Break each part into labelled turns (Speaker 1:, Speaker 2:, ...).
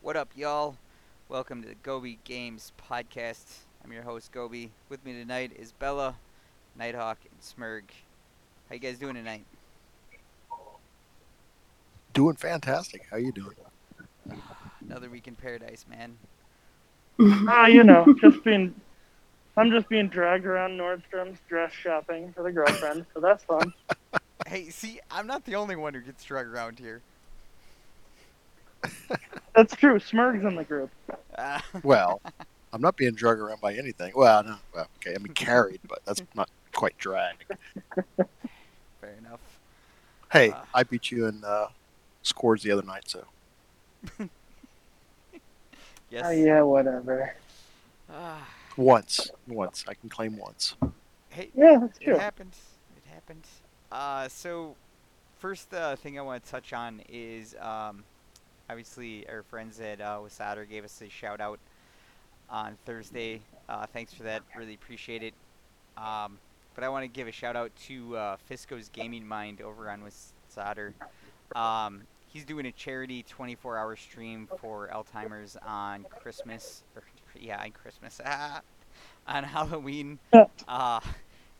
Speaker 1: What up, y'all? Welcome to the Gobi Games Podcast. I'm your host, Gobi. With me tonight is Bella, Nighthawk, and Smurg. How you guys doing tonight?
Speaker 2: Doing fantastic. How you doing?
Speaker 1: Another week in paradise, man.
Speaker 3: Ah, you know, just being. I'm just being dragged around Nordstrom's dress shopping for the girlfriend, so that's fun.
Speaker 1: Hey, see, I'm not the only one who gets drug around here.
Speaker 3: That's true. Smurg's in the group.
Speaker 1: Uh,
Speaker 2: Well, I'm not being dragged around by anything. Well, no, well, okay, I mean carried, but that's not quite drag.
Speaker 1: fair enough.
Speaker 2: Hey,
Speaker 1: Ah.
Speaker 2: I beat you in uh, scores the other night, so
Speaker 1: Yes.
Speaker 3: Ah, yeah, whatever.
Speaker 1: Ah,
Speaker 2: once, once I can claim once.
Speaker 1: hey,
Speaker 3: Yeah, that's true.
Speaker 1: It happens. It happens. Uh, so, first uh, thing I want to touch on is um, obviously our friends at uh, Wasader gave us a shout out on Thursday. Uh, thanks for that. Really appreciate it. Um, but I want to give a shout out to uh, Fisco's Gaming Mind over on Wasader. Um, he's doing a charity 24 hour stream for Alzheimer's on Christmas. Or, yeah, on Christmas. Ah, on Halloween. Uh,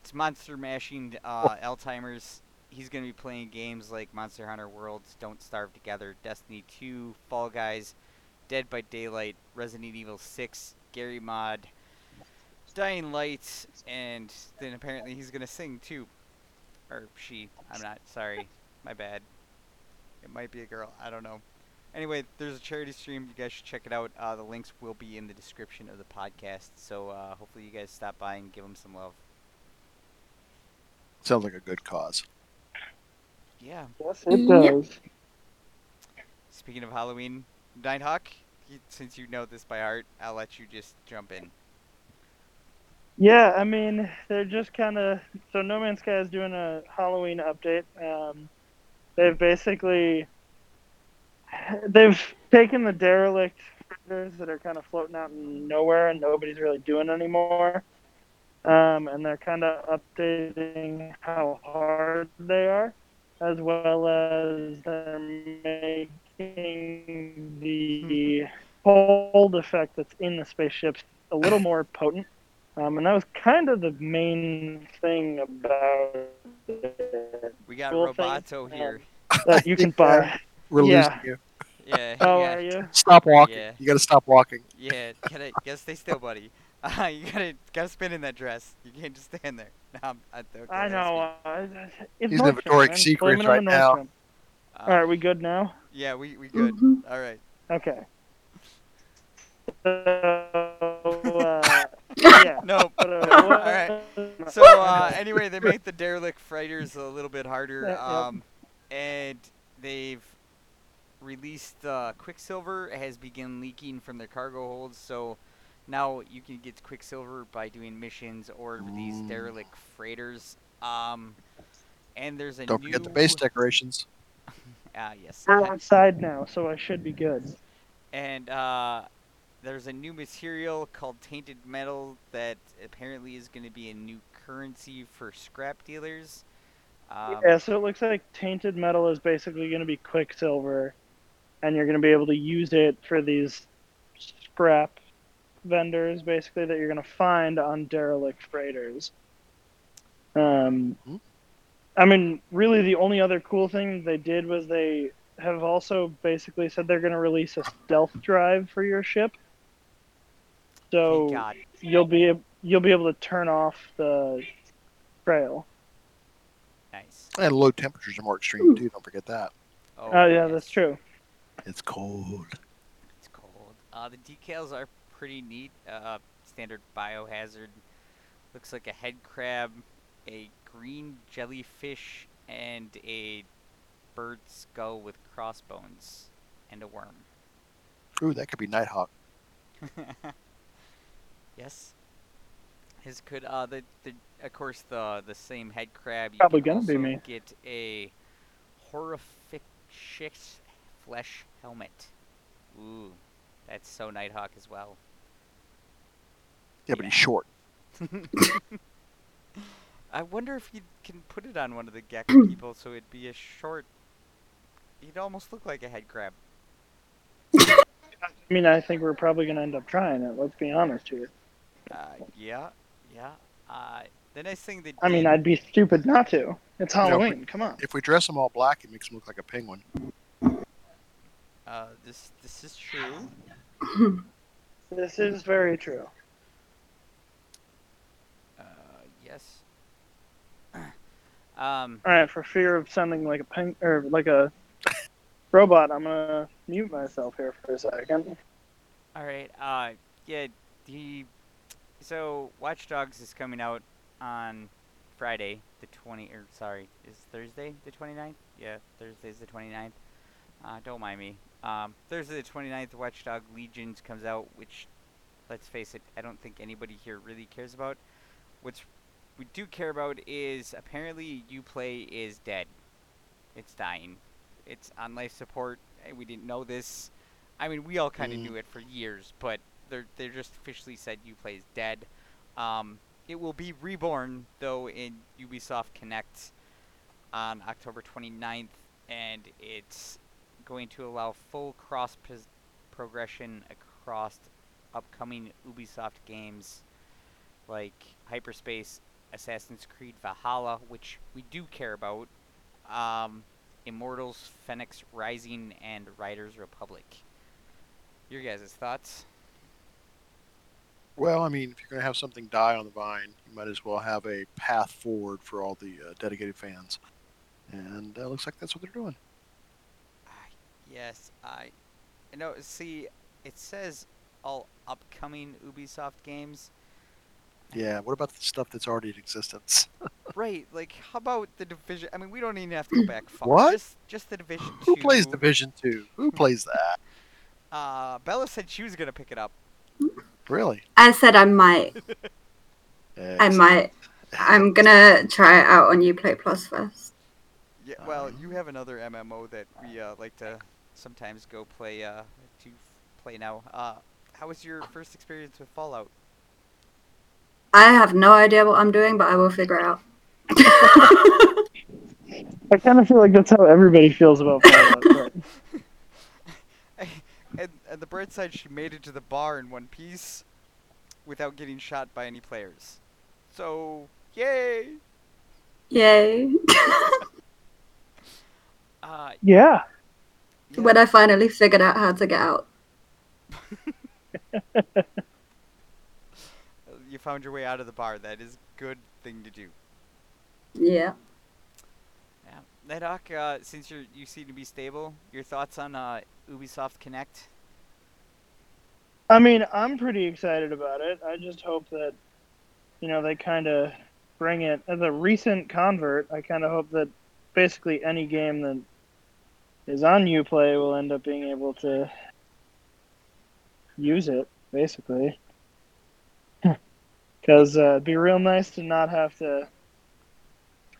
Speaker 1: it's monster mashing uh, Alzheimer's. He's going to be playing games like Monster Hunter Worlds, Don't Starve Together, Destiny 2, Fall Guys, Dead by Daylight, Resident Evil 6, Gary Mod, Dying Lights, and then apparently he's going to sing too. Or she. I'm not. Sorry. My bad. It might be a girl. I don't know. Anyway, there's a charity stream. You guys should check it out. Uh, the links will be in the description of the podcast. So uh, hopefully you guys stop by and give him some love.
Speaker 2: Sounds like a good cause.
Speaker 1: Yeah.
Speaker 3: Yes, it
Speaker 4: Yep.
Speaker 3: does.
Speaker 1: Speaking of Halloween, Nighthawk, you, since you know this by heart, I'll let you just jump in.
Speaker 3: Yeah, I mean, they're just kind of so No Man's Sky is doing a Halloween update. Um, they've basically they've taken the derelict critters that are kind of floating out in nowhere and nobody's really doing anymore, um, and they're kind of updating how hard they are, as well as they're making the cold effect that's in the spaceships a little more potent. Um, and that was kind of the main thing about it,
Speaker 1: We got
Speaker 3: Cool Um, thing.
Speaker 1: Roboto here.
Speaker 3: that you can buy.
Speaker 2: We're
Speaker 3: Yeah.
Speaker 2: losing you.
Speaker 1: Yeah.
Speaker 3: Oh,
Speaker 1: yeah.
Speaker 3: are you?
Speaker 2: Stop walking.
Speaker 1: Yeah.
Speaker 2: You got to stop walking.
Speaker 1: Yeah. Gotta, gotta stay still, buddy. Uh, you gotta gotta spin in that dress. You can't just stand there. No, I'm, I, okay,
Speaker 3: I
Speaker 1: that's
Speaker 3: know. Uh, it's
Speaker 2: He's
Speaker 3: Nordstrom,
Speaker 2: in Victoria's
Speaker 3: man.
Speaker 2: Secret
Speaker 3: Blame it on
Speaker 2: right
Speaker 3: the
Speaker 2: now.
Speaker 3: Nordstrom.
Speaker 1: me. Uh,
Speaker 3: All right, we Mm-hmm. good now?
Speaker 1: Yeah, we we good.
Speaker 4: Mhm.
Speaker 1: All right.
Speaker 3: Okay. So, uh, yeah.
Speaker 1: Nope.
Speaker 3: But, uh,
Speaker 1: All
Speaker 3: what-
Speaker 1: right. So uh, anyway, they made the derelict freighters a little bit harder,
Speaker 3: Yeah, yep.
Speaker 1: um, and they've released uh, Quicksilver has begun leaking from their cargo holds. So now you can get Quicksilver by doing missions or these
Speaker 2: Mm.
Speaker 1: derelict freighters. Um, and there's a
Speaker 2: Don't
Speaker 1: new
Speaker 2: forget the base decorations.
Speaker 1: Ah, yes.
Speaker 3: We're outside now, so I should be good.
Speaker 1: And uh, there's a new material called tainted metal that apparently is going to be a new currency for scrap dealers. Um,
Speaker 3: yeah, so it looks like tainted metal is basically going to be quicksilver, and you're going to be able to use it for these scrap vendors, basically that you're going to find on derelict freighters. Um,
Speaker 2: Hmm.
Speaker 3: I mean, really, the only other cool thing they did was they have also basically said they're going to release a stealth drive for your ship.
Speaker 1: thank
Speaker 3: So
Speaker 1: God.
Speaker 3: you'll be ab- you'll be able to turn off the trail.
Speaker 1: Nice.
Speaker 2: And low temperatures are more extreme too. Don't forget that.
Speaker 1: Oh,
Speaker 3: Oh yeah,
Speaker 1: yes.
Speaker 3: that's true.
Speaker 2: It's cold.
Speaker 1: It's cold. Uh, the decals are pretty neat. Uh, standard biohazard. Looks like a head crab, a green jellyfish, and a bird skull with crossbones, and a worm.
Speaker 2: Ooh, that could be Nighthawk.
Speaker 1: yes. His could uh the, the of course the the same head crab. You
Speaker 3: Probably
Speaker 1: can
Speaker 3: gonna be
Speaker 1: also
Speaker 3: me.
Speaker 1: Get a horrific flesh helmet. Ooh, that's so Nighthawk as well.
Speaker 2: Yeah, but he's short.
Speaker 1: I wonder if you can put it on one of the gecko people so it'd be a short. He'd almost look like a head crab.
Speaker 3: I mean, I think we're probably going to end up trying it. Let's be honest here.
Speaker 1: Uh, yeah, yeah. Uh, the nice thing they
Speaker 3: I mean,
Speaker 1: did-
Speaker 3: I'd be stupid not to. It's
Speaker 2: but-
Speaker 3: Halloween. Come on.
Speaker 2: If we dress them all black, it makes them look like a penguin.
Speaker 1: uh, this this is true.
Speaker 3: This is very true.
Speaker 1: Uh, yes. um,
Speaker 3: All right, for fear of sounding like a peng- or like a robot, I'm gonna mute myself here for a second.
Speaker 1: all right. Uh, yeah. The so Watch Dogs is coming out on Friday, the twenty. Or sorry, is Thursday the 29th? Yeah, Thursday's the 29th. Uh, don't mind me. Um, Thursday the 29th, Watch Dog Legions comes out, which, let's face it, I don't think anybody here really cares about. What's we do care about is apparently you play is dead. It's dying. It's on life support. eh, We didn't know this. I mean, we all kind of
Speaker 2: Mm.
Speaker 1: knew it for years, but they're they're just officially said you play is dead. Um, it will be reborn though in Ubisoft Connect on October 29th, and it's going to allow full cross pos- progression across upcoming Ubisoft games like Hyperspace, Assassin's Creed Valhalla, which we do care about, um, Immortals, Phoenix Rising, and Riders Republic. Your guys' thoughts?
Speaker 2: Well, I mean, if you're going to have something die on the vine, you might as well have a path forward for all the uh, dedicated fans. And uh, looks like that's what they're doing.
Speaker 1: Yes, I. No, see, it says all upcoming Ubisoft games.
Speaker 2: Yeah, what about the stuff that's already in existence?
Speaker 1: Right, like how about the division? I mean, we don't even have to go back far.
Speaker 2: What?
Speaker 1: Just, just the division.
Speaker 2: Who plays
Speaker 1: two.
Speaker 2: Division 2? Who plays that?
Speaker 1: Uh, Bella said she was gonna pick it up.
Speaker 2: Really?
Speaker 4: I said I might. I
Speaker 2: Excellent.
Speaker 4: might. I'm gonna try it out on Uplay Plus first.
Speaker 1: Yeah, well, you have another MMO that we uh, like to sometimes go play uh, to f- play now. Uh, how was your first experience with Fallout?
Speaker 4: I have no idea what I'm doing, but I will figure it out.
Speaker 3: I kind of feel like that's how everybody feels about Fallout. but-
Speaker 1: And, and the bright side, she made it to the bar in one piece without getting shot by any players. So, yay!
Speaker 4: Yay.
Speaker 1: Uh,
Speaker 3: yeah.
Speaker 1: yeah.
Speaker 4: when I finally figured out how to get out.
Speaker 1: you found your way out of the bar. That is good thing to do.
Speaker 4: Yeah.
Speaker 1: Yeah. Nedoc, uh, since you you seem to be stable, your thoughts on uh, Ubisoft Connect?
Speaker 3: I mean, I'm pretty excited about it. I just hope that, you know, they kind of bring it. As a recent convert, I kind of hope that basically any game that is on Uplay will end up being able to use it, basically. Because uh, it'd be real nice to not have to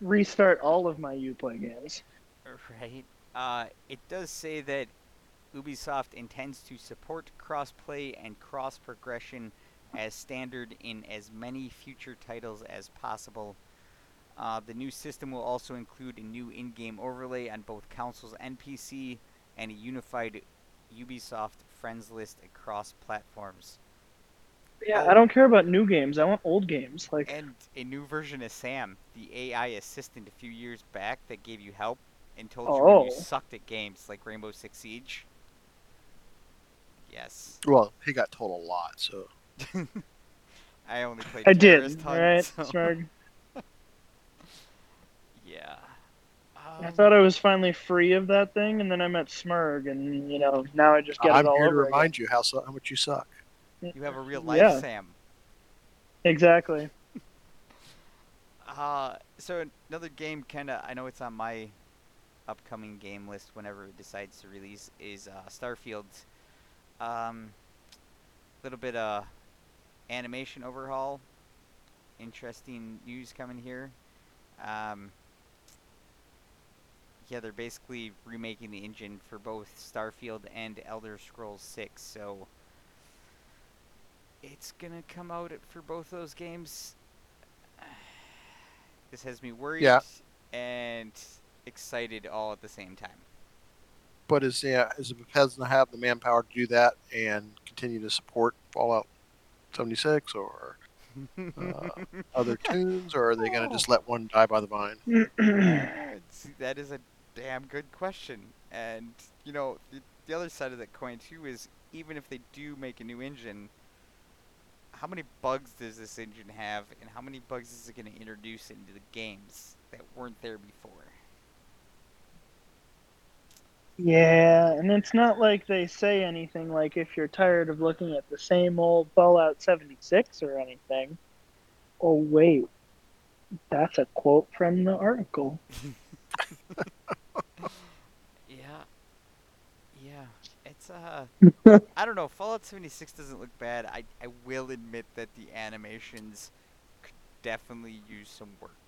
Speaker 3: restart all of my Uplay games.
Speaker 1: Right. Uh, it does say that Ubisoft intends to support crossplay and cross progression as standard in as many future titles as possible. Uh, the new system will also include a new in game overlay on both consoles and PC and a unified Ubisoft friends list across platforms.
Speaker 3: Yeah, I don't care about new games. I want old games. Like,
Speaker 1: And a new version of Sam, the AI assistant a few years back that gave you help and told you when you
Speaker 3: Oh.
Speaker 1: sucked at games like Rainbow Six Siege. Yes.
Speaker 2: Well, he got told a lot, so.
Speaker 1: I only played
Speaker 3: I did,
Speaker 1: Terrorist Hunt,
Speaker 3: right,
Speaker 1: so-
Speaker 3: Smurg?
Speaker 1: Yeah.
Speaker 3: I
Speaker 1: Um,
Speaker 3: thought I was finally free of that thing, and then I met Smurg, and you know now I just get
Speaker 2: I'm
Speaker 3: it all
Speaker 2: here to
Speaker 3: over
Speaker 2: remind you how, su- how much you suck.
Speaker 3: again.
Speaker 1: Um, you have a real life
Speaker 3: Yeah.
Speaker 1: Sam.
Speaker 3: Exactly.
Speaker 1: Uh, so another game, kind of, I know it's on my upcoming game list whenever it decides to release, is uh, Starfield. Um, little bit of animation overhaul. Interesting news coming here. Um, yeah, they're basically remaking the engine for both Starfield and Elder Scrolls 6, so it's gonna come out for both those games. This has me worried and excited all at the same time.
Speaker 2: but is yeah, is Bethesda have the manpower to do that and continue to support Fallout 76 or uh, other tunes, or are they going to just let one die by the vine?
Speaker 1: It's- that is a damn good question. And, you know, the, the other side of that coin, too, is even if they do make a new engine, how many bugs does this engine have, and how many bugs is it going to introduce into the games that weren't there before?
Speaker 3: Yeah, and it's not like they say anything like if you're tired of looking at the same old Fallout 76 or anything. Oh, wait. That's a quote from the article.
Speaker 1: Yeah. Yeah. It's, uh. I don't know. Fallout 76 doesn't look bad. I, I will admit that the animations could definitely use some work.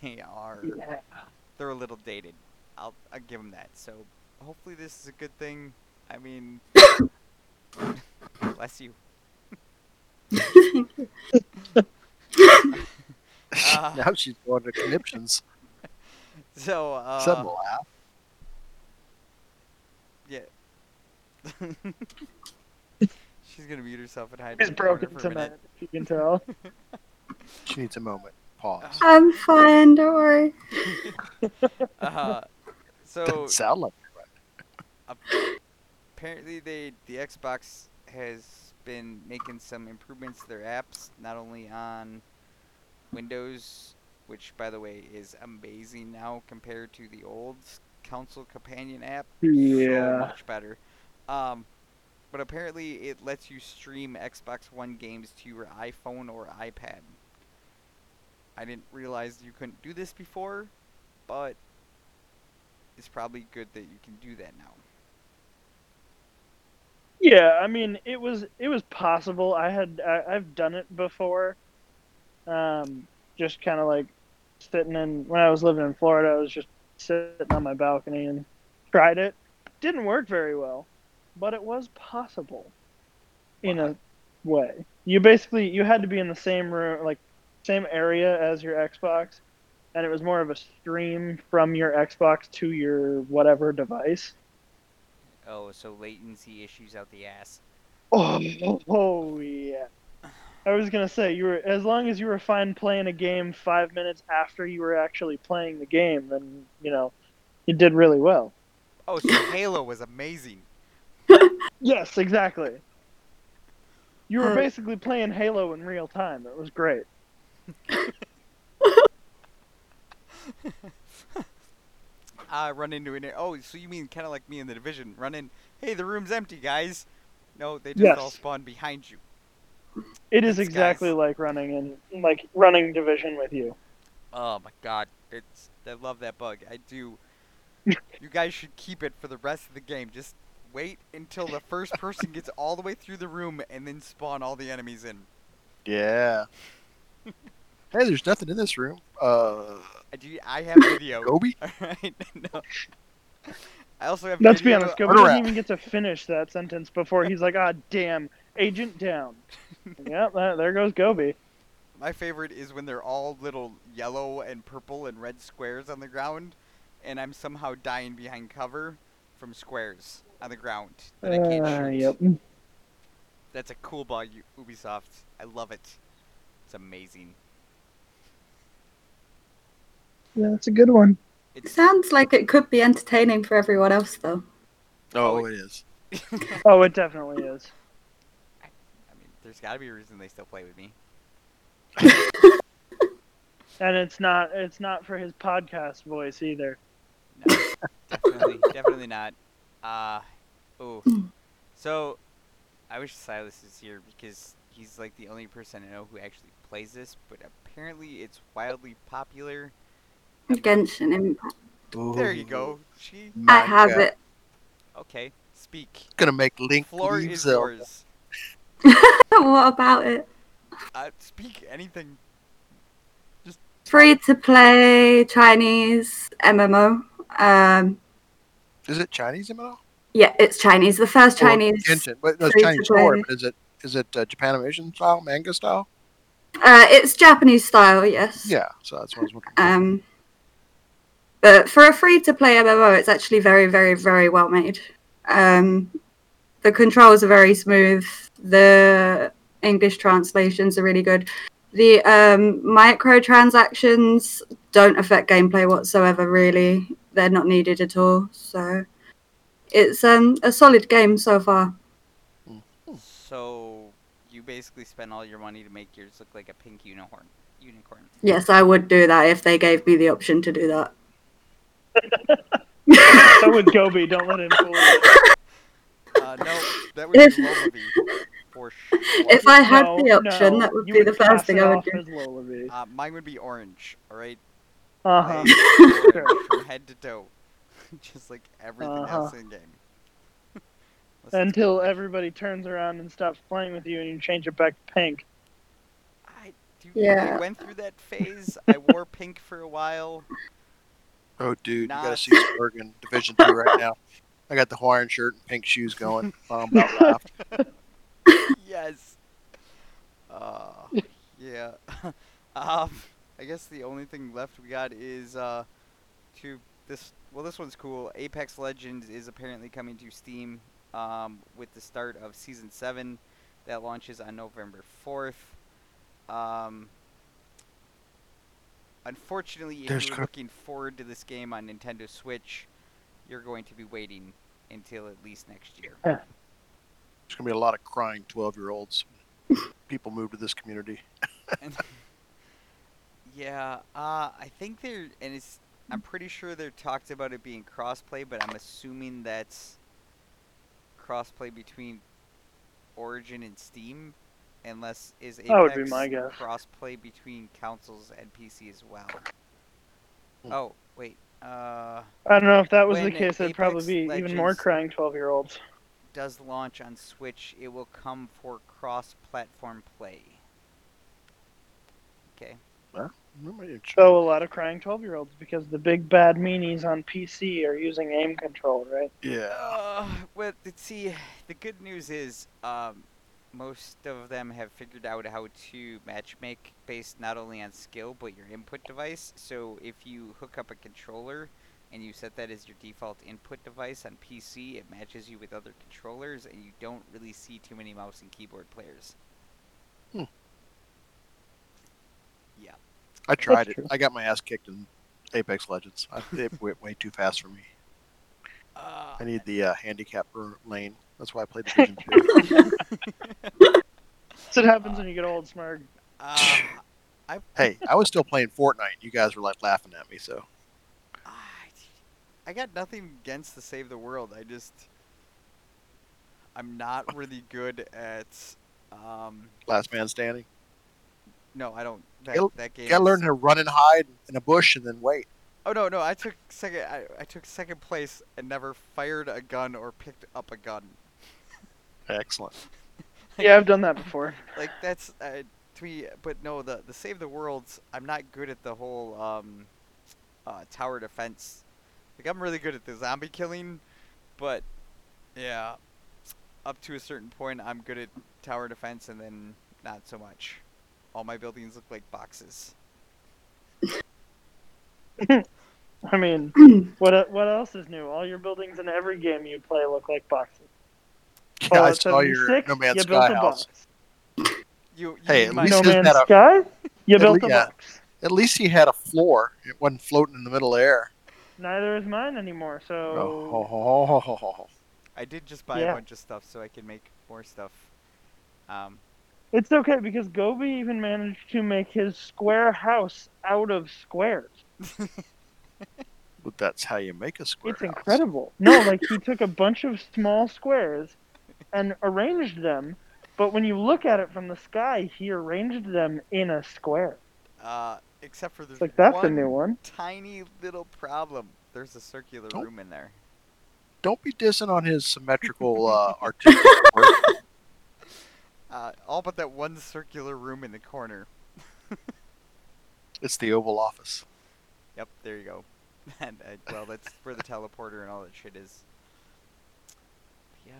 Speaker 1: They are.
Speaker 3: Yeah.
Speaker 1: they're a little dated. I'll, I'll give them that. So hopefully this is a good thing. I mean, bless you. Uh.
Speaker 2: now she's going to conniptions.
Speaker 1: So uh,
Speaker 2: Some will laugh.
Speaker 1: she's gonna mute herself and hide.
Speaker 3: It's
Speaker 1: in the corner
Speaker 3: broken
Speaker 1: for a
Speaker 3: tonight,
Speaker 1: minute.
Speaker 3: if you can tell.
Speaker 2: She needs a moment. Pause.
Speaker 4: I'm fine, don't worry.
Speaker 1: Uh, so
Speaker 2: Doesn't sound like it, right?
Speaker 1: apparently they the Xbox has been making some improvements to their apps, not only on Windows, which by the way is amazing now compared to the old console companion app. so much better. Um, but apparently, it lets you stream Xbox One games to your iPhone or iPad. I didn't realize you couldn't do this before, but it's probably good that you can do that now.
Speaker 3: Yeah, I mean, it was it was possible. I had I, I've done it before. Um, just kind of like sitting in when I was living in Florida, I was just sitting on my balcony and tried it. Didn't work very well, but it was possible in a way. You basically you had to be in the same room, like same area as your Xbox, and it was more of a stream from your Xbox to your whatever device.
Speaker 1: Oh, so latency issues out the ass.
Speaker 3: Oh, oh yeah. I was gonna say you were as long as you were fine playing a game five minutes after you were actually playing the game, then you know you did really well.
Speaker 1: Oh, so Halo was amazing.
Speaker 3: Yes, exactly. You were
Speaker 4: Hmm.
Speaker 3: basically playing Halo in real time. It was great.
Speaker 1: I run into an. Oh, so you mean kind of like me in the division? Run in. Hey, the room's empty, guys. No, they just all
Speaker 3: Yes.
Speaker 1: spawn behind you.
Speaker 3: It is
Speaker 1: Thanks,
Speaker 3: exactly
Speaker 1: guys.
Speaker 3: like running in like running division with you.
Speaker 1: Oh my god, it's I love that bug. I do. you guys should keep it for the rest of the game. Just wait until the first person gets all the way through the room and then spawn all the enemies in.
Speaker 2: Yeah. hey, there's nothing in this room. Uh,
Speaker 1: I do. I have video.
Speaker 2: Gobi?
Speaker 1: all right. No. I also have.
Speaker 3: Let's be
Speaker 1: video.
Speaker 3: honest,
Speaker 2: Turn
Speaker 3: Gobi doesn't
Speaker 2: around.
Speaker 3: even get to finish that sentence before he's like, "Ah, damn, agent down." yep, that, there goes Gobi.
Speaker 1: My favorite is when they're all little yellow and purple and red squares on the ground, and I'm somehow dying behind cover from squares on the ground that I can't
Speaker 3: Ah,
Speaker 1: shoot.
Speaker 3: yep.
Speaker 1: That's a cool ball, U- Ubisoft. I love it. It's amazing.
Speaker 3: Yeah, it's a good one.
Speaker 1: It's
Speaker 4: Sounds like it could be entertaining for everyone else, though.
Speaker 2: oh, it is.
Speaker 3: Oh, it definitely is.
Speaker 1: I mean, there's got to be a reason they still play with me.
Speaker 3: And it's not it's not for his podcast voice either.
Speaker 1: No, definitely, definitely not. Uh, oh,
Speaker 4: Hmm.
Speaker 1: so I wish Silas is here because he's like the only person I know who actually plays this. But apparently, it's wildly popular.
Speaker 4: Genshin Impact.
Speaker 1: There you go. She
Speaker 4: I have it.
Speaker 1: okay. Speak.
Speaker 2: Gonna make Link
Speaker 1: Floor
Speaker 2: leave
Speaker 1: is
Speaker 2: Zelda.
Speaker 1: yours.
Speaker 4: what about it?
Speaker 1: Uh, speak anything.
Speaker 4: Free to play Chinese MMO. Um,
Speaker 2: Is it Chinese MMO?
Speaker 4: yeah, it's Chinese. The first
Speaker 2: Or
Speaker 4: Chinese.
Speaker 2: Genshin. But no, it's
Speaker 4: Free to
Speaker 2: Chinese story.
Speaker 4: play.
Speaker 2: But is it is it uh, Japanimation style, manga style?
Speaker 4: Uh, it's Japanese style, yes.
Speaker 2: Yeah. So that's what I was wondering.
Speaker 4: Um, But for a free to play MMO, it's actually very, very, very well made. Um, the controls are very smooth. The English translations are really good. The um, microtransactions don't affect gameplay whatsoever, really. They're not needed at all. So it's um, a solid game so far.
Speaker 1: So you basically spent all your money to make yours look like a pink unicorn. Unicorn.
Speaker 4: Yes, I would do that if they gave me the option to do that.
Speaker 3: So would Gobi. Don't let him fool you.
Speaker 1: Uh, no, that would be
Speaker 4: If-
Speaker 1: Lullaby for sure.
Speaker 4: if I had
Speaker 3: No,
Speaker 4: the option,
Speaker 3: no,
Speaker 4: that would
Speaker 3: you
Speaker 4: be the first
Speaker 3: cast
Speaker 4: thing
Speaker 3: it
Speaker 4: I would
Speaker 3: off
Speaker 4: do.
Speaker 3: as Lullaby.
Speaker 1: Uh, mine would be orange. All right.
Speaker 3: Uh-huh.
Speaker 1: Like,
Speaker 3: Sure.
Speaker 1: orange from head to toe, just like everything
Speaker 3: Uh-huh.
Speaker 1: else in game. Unless it's
Speaker 3: Until
Speaker 1: orange.
Speaker 3: everybody turns around and stops playing with you, and you change it back to pink.
Speaker 1: I, dude, I
Speaker 4: Yeah.
Speaker 1: went through that phase. I wore pink for a while.
Speaker 2: Oh, dude, you
Speaker 1: Nah.
Speaker 2: gotta see Spurg in Division Two right now. I got the Hawaiian shirt and pink shoes going. Um, about laughed.
Speaker 1: Yes. Uh, yeah. um, I guess the only thing left we got is uh, to this. Well, this one's cool. Apex Legends is apparently coming to Steam um, with the start of season seven, that launches on November fourth. Um, unfortunately, if
Speaker 2: There's
Speaker 1: you're
Speaker 2: cr-
Speaker 1: looking forward to this game on Nintendo Switch, you're going to be waiting until at least next year.
Speaker 2: There's gonna be a lot of crying twelve-year-olds. People move to this community.
Speaker 1: And- yeah, uh, I think they're and it's. I'm pretty sure they're talked about it being crossplay, but I'm assuming that's crossplay between Origin and Steam, unless is Apex
Speaker 3: That would be my guess.
Speaker 1: crossplay between consoles and PC as well.
Speaker 2: Hmm.
Speaker 1: Oh wait, uh,
Speaker 3: I don't know if that was the
Speaker 1: When
Speaker 3: case. It'd
Speaker 1: Apex
Speaker 3: probably be even more
Speaker 1: Legends-
Speaker 3: crying twelve-year-olds.
Speaker 1: does launch on Switch? It will come for cross-platform play. Okay.
Speaker 3: So Oh, a lot of crying twelve-year-olds because the big bad meanies on PC are using aim control, right?
Speaker 2: Yeah.
Speaker 1: Uh, well, th- see, the good news is um, most of them have figured out how to matchmake based not only on skill but your input device. So if you hook up a controller and you set that as your default input device on PC, it matches you with other controllers, and you don't really see too many mouse and keyboard players.
Speaker 2: I tried
Speaker 3: That's
Speaker 2: it.
Speaker 3: true.
Speaker 2: I got my ass kicked in Apex Legends. I, it went way too fast for me.
Speaker 1: Uh,
Speaker 2: I need the uh, handicap r- lane. That's why I played Division Two.
Speaker 3: So it happens when you get old, Smurg.
Speaker 1: uh, I,
Speaker 2: hey, I was still playing Fortnite. You guys were like laughing at me, so
Speaker 1: I I got nothing against the Save the World. I just I'm not really good at um
Speaker 2: last man standing.
Speaker 1: no, I don't that,
Speaker 2: Gotta-
Speaker 1: that game.
Speaker 2: You gotta
Speaker 1: is-
Speaker 2: learn to run and hide in a bush and then wait.
Speaker 1: Oh no, no, I took second I, I took second place and never fired a gun or picked up a gun.
Speaker 2: Excellent.
Speaker 3: Oh, Yeah, I've done that before.
Speaker 1: Like that's uh, to me but no, the the Save the Worlds, I'm not good at the whole um uh tower defense. Like I'm really good at the zombie killing, but yeah, up to a certain point, I'm good at tower defense, and then not so much. All my buildings look like boxes.
Speaker 3: I mean, what e- what else is new? All your buildings in every game you play look like boxes.
Speaker 2: Yeah, I
Speaker 3: Fallout
Speaker 2: saw your
Speaker 3: 76,
Speaker 2: No Man's
Speaker 3: you built
Speaker 2: Sky
Speaker 3: a
Speaker 2: house.
Speaker 3: box.
Speaker 1: You, you
Speaker 2: Hey,
Speaker 1: mean
Speaker 2: at
Speaker 1: my-
Speaker 2: least
Speaker 3: No
Speaker 2: isn't
Speaker 3: Man's
Speaker 2: that a-
Speaker 3: Sky? You
Speaker 2: At
Speaker 3: built
Speaker 2: lea-
Speaker 3: a
Speaker 2: yeah.
Speaker 3: box.
Speaker 2: At least he had a floor. It wasn't floating in the middle air.
Speaker 3: Neither is mine anymore, so
Speaker 2: Oh, ho, ho, ho, ho, ho.
Speaker 1: I did just buy a
Speaker 3: Yeah.
Speaker 1: bunch of stuff so I can make more stuff. Um,
Speaker 3: it's okay because Gobi even managed to make his square house out of squares.
Speaker 2: But that's how you make a square.
Speaker 3: it's
Speaker 2: house.
Speaker 3: incredible. No, like he took a bunch of small squares and arranged them, but when you look at it from the sky, he arranged them in a square.
Speaker 1: uh, except for there's
Speaker 3: Like that's
Speaker 1: one
Speaker 3: a new one.
Speaker 1: tiny little problem. There's a circular
Speaker 2: Oh.
Speaker 1: room in there.
Speaker 2: Don't be dissing on his symmetrical uh, artistic work.
Speaker 1: Uh, all but that one circular room in the corner.
Speaker 2: It's the Oval Office.
Speaker 1: Yep, there you go. And uh, well, that's where the teleporter and all that shit is. Yeah.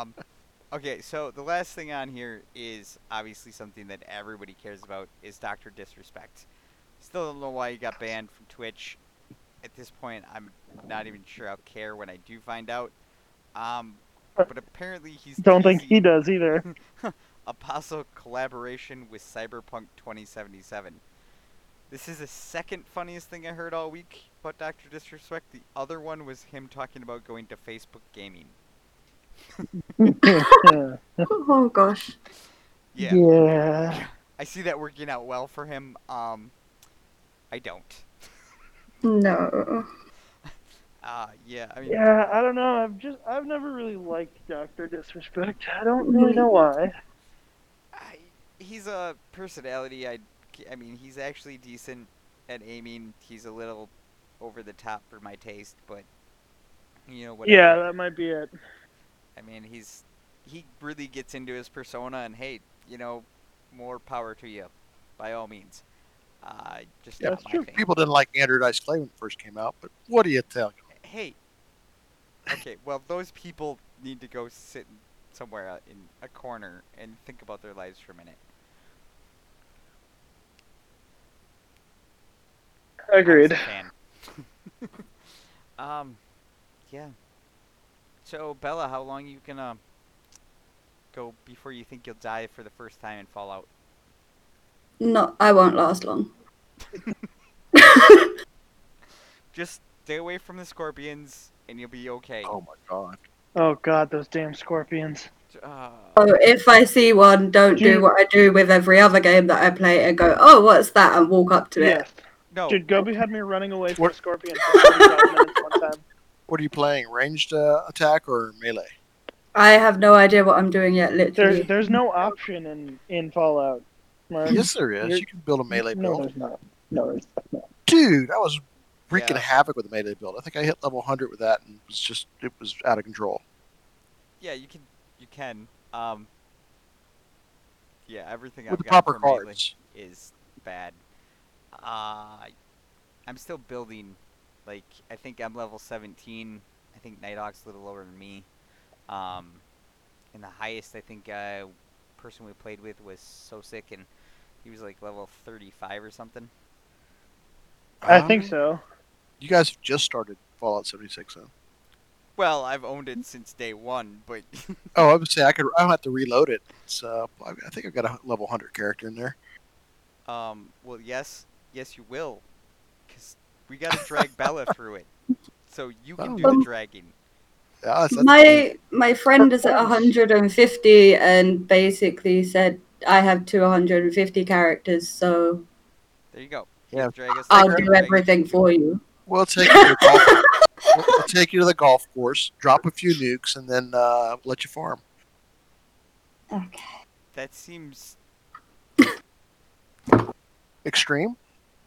Speaker 1: Um, okay, so the last thing on here is obviously something that everybody cares about is Doctor Disrespect. Still don't know why he got banned from Twitch. at this point, I'm not even sure I'll care when I do find out. Um, but apparently he's
Speaker 3: Don't think he
Speaker 1: teasing
Speaker 3: does either.
Speaker 1: a possible collaboration with Cyberpunk 2077. This is the second funniest thing I heard all week about Dr. Disrespect. The other one was him talking about going to Facebook gaming.
Speaker 3: yeah.
Speaker 4: Oh gosh.
Speaker 1: Yeah,
Speaker 3: Yeah.
Speaker 1: I see that working out well for him. Um, I don't.
Speaker 4: No.
Speaker 1: Uh, yeah, I mean,
Speaker 3: Yeah, I don't know. I've just I've never really liked Doctor Disrespect. I don't really know why.
Speaker 1: I, he's a personality. I, I mean, he's actually decent at aiming. He's a little over the top for my taste, but you know whatever.
Speaker 3: Yeah, that might be it.
Speaker 1: I mean, he's he really gets into his persona, and hey, you know, more power to you, by all means. Uh, just
Speaker 2: Yeah,
Speaker 1: not
Speaker 3: That's
Speaker 1: my
Speaker 3: true.
Speaker 1: thing.
Speaker 2: People didn't like Andrew Dice Clay when it first came out, but what do you tell you?
Speaker 1: Hey. Okay, well, those people need to go sit somewhere out in a corner and think about their lives for a minute.
Speaker 3: Agreed.
Speaker 1: Fan. um, yeah. So Bella, how long you gonna go before you think you'll die for the first time in Fallout?
Speaker 4: Not I won't last long.
Speaker 1: Just stay away from the scorpions, and you'll be okay.
Speaker 2: Oh my god.
Speaker 3: Oh god, those damn scorpions.
Speaker 1: J- Uh,
Speaker 4: Oh, if I see one, don't
Speaker 3: Do-
Speaker 4: do what I do with every other game that I play and go, "Oh, what's that?" and walk up to it.
Speaker 3: Yes.
Speaker 1: no,
Speaker 3: Dude, Gobi had me running away from
Speaker 2: What-
Speaker 3: a scorpion for 45 minutes one time.
Speaker 2: What are you playing? Ranged uh, attack or melee?
Speaker 4: I have no idea what I'm doing yet.
Speaker 3: There,
Speaker 4: Literally,
Speaker 3: there's no option in, in Fallout. Right?
Speaker 2: Yes, there is.
Speaker 3: Um, You're-
Speaker 2: You can build a melee
Speaker 3: no,
Speaker 2: build.
Speaker 3: there's not. No, there's not.
Speaker 2: Dude, I was wreaking
Speaker 1: Yeah.
Speaker 2: havoc with a melee build. I think I hit level 100 with that and it was just, it was out of control.
Speaker 1: yeah, you can, you can. Um, yeah, everything
Speaker 2: with
Speaker 1: I've
Speaker 2: the
Speaker 1: got
Speaker 2: proper
Speaker 1: for melee
Speaker 2: cards.
Speaker 1: is bad. Uh, I'm still building. Like, I think I'm level 17. I think Nighthawk's a little lower than me. Um, and the highest I think uh, person we played with was Sosik, and he was like level 35 or something.
Speaker 3: I
Speaker 2: Um,
Speaker 3: think so.
Speaker 2: You guys have just started Fallout 76, then.
Speaker 1: Well, I've owned it since day one, but
Speaker 2: Oh, I would say I could. I don't have to reload it. So I I think I've got a level 100 character in there.
Speaker 1: um, well, yes, yes, you will, because we gotta drag Bella through it. So you can
Speaker 2: Oh.
Speaker 1: do the
Speaker 4: Um,
Speaker 1: dragging.
Speaker 2: Yeah, that's, that's
Speaker 4: my my friend is at 150 and basically said, "I have 250 characters, so
Speaker 1: There you go.
Speaker 2: Yeah.
Speaker 1: Drag us
Speaker 4: I'll
Speaker 1: through,
Speaker 4: do
Speaker 1: drag us
Speaker 4: everything
Speaker 1: through.
Speaker 4: for you."
Speaker 2: We'll take you to the golf. we'll, we'll take you to the golf course, drop a few nukes, and then uh, let you farm.
Speaker 4: Okay.
Speaker 1: That seems
Speaker 2: Extreme?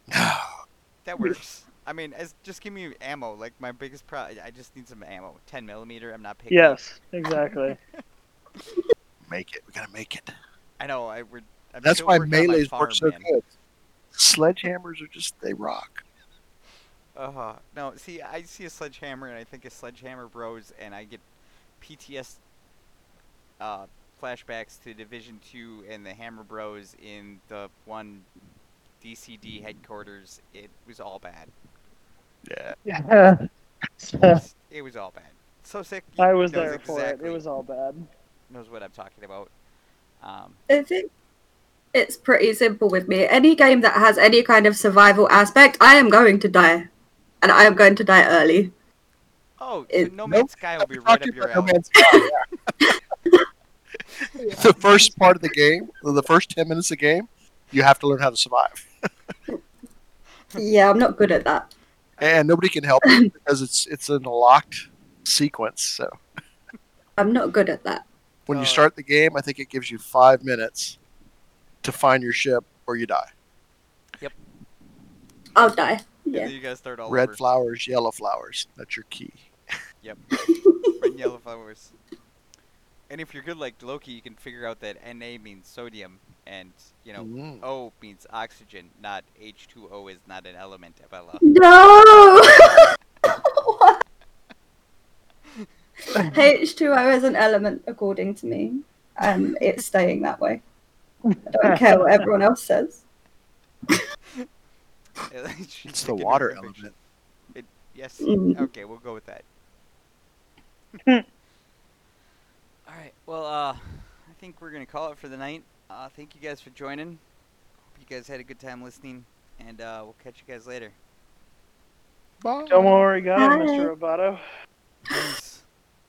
Speaker 1: That works. I mean, as just give me ammo. Like my biggest pro, I just need some ammo. Ten millimeter. I'm not picking.
Speaker 3: Yes, exactly.
Speaker 2: Make it. We gotta make it.
Speaker 1: I know. I would. I'm
Speaker 2: That's
Speaker 1: still
Speaker 2: why
Speaker 1: working on my
Speaker 2: melee's
Speaker 1: farm,
Speaker 2: work so
Speaker 1: man.
Speaker 2: good. Sledgehammers are just they rock.
Speaker 1: Uh-huh. No, see, I see a sledgehammer and I think a sledgehammer bros, and I get PTS uh, flashbacks to Division Two and the Hammer Bros in the one DCD headquarters. It was all bad.
Speaker 2: Yeah.
Speaker 3: Yeah.
Speaker 1: it was all bad. So sick.
Speaker 3: I was
Speaker 1: knows
Speaker 3: there for
Speaker 1: exactly-
Speaker 3: it. It was all bad.
Speaker 1: knows what I'm talking about. Um,
Speaker 4: I think it's pretty simple with me. Any game that has any kind of survival aspect, I am going to die, and I am going to die early.
Speaker 1: Oh, so
Speaker 4: It-
Speaker 1: No
Speaker 2: Nope.
Speaker 1: Man's Sky will be right up your
Speaker 2: No
Speaker 1: alley.
Speaker 2: Man's Sky, yeah. the first part of the game, the first ten minutes of the game, you have to learn how to survive,
Speaker 4: Yeah, I'm not good at that.
Speaker 2: and nobody can help you because it's it's in a locked sequence. So
Speaker 4: I'm not good at that.
Speaker 2: when
Speaker 1: Oh.
Speaker 2: you start the game, I think it gives you five minutes to find your ship or you die.
Speaker 4: I'll die.
Speaker 1: And
Speaker 4: Yeah.
Speaker 1: then you gotta start all
Speaker 2: Red
Speaker 1: over.
Speaker 2: flowers, yellow flowers. That's your key.
Speaker 1: Red and yellow flowers. And if you're good like Loki, you can figure out that Na means sodium, and you know
Speaker 2: Mm.
Speaker 1: O means oxygen, not H2O is not an element. Bella.
Speaker 4: No. H2O is an element, according to me. Um, it's staying that way. I don't care what everyone else says.
Speaker 1: She's
Speaker 2: It's the
Speaker 1: sticking to
Speaker 2: water
Speaker 1: her fiction.
Speaker 2: element.
Speaker 1: It Yes.
Speaker 4: Mm.
Speaker 1: Okay, we'll go with that. All right. Well, uh, I think we're gonna call it for the night. Uh, thank you guys for joining. Hope you guys had a good time listening, and uh, we'll catch you guys later.
Speaker 2: Bye.
Speaker 3: Don't worry, God,
Speaker 4: Bye.
Speaker 3: Mr. Roboto.
Speaker 1: Thanks.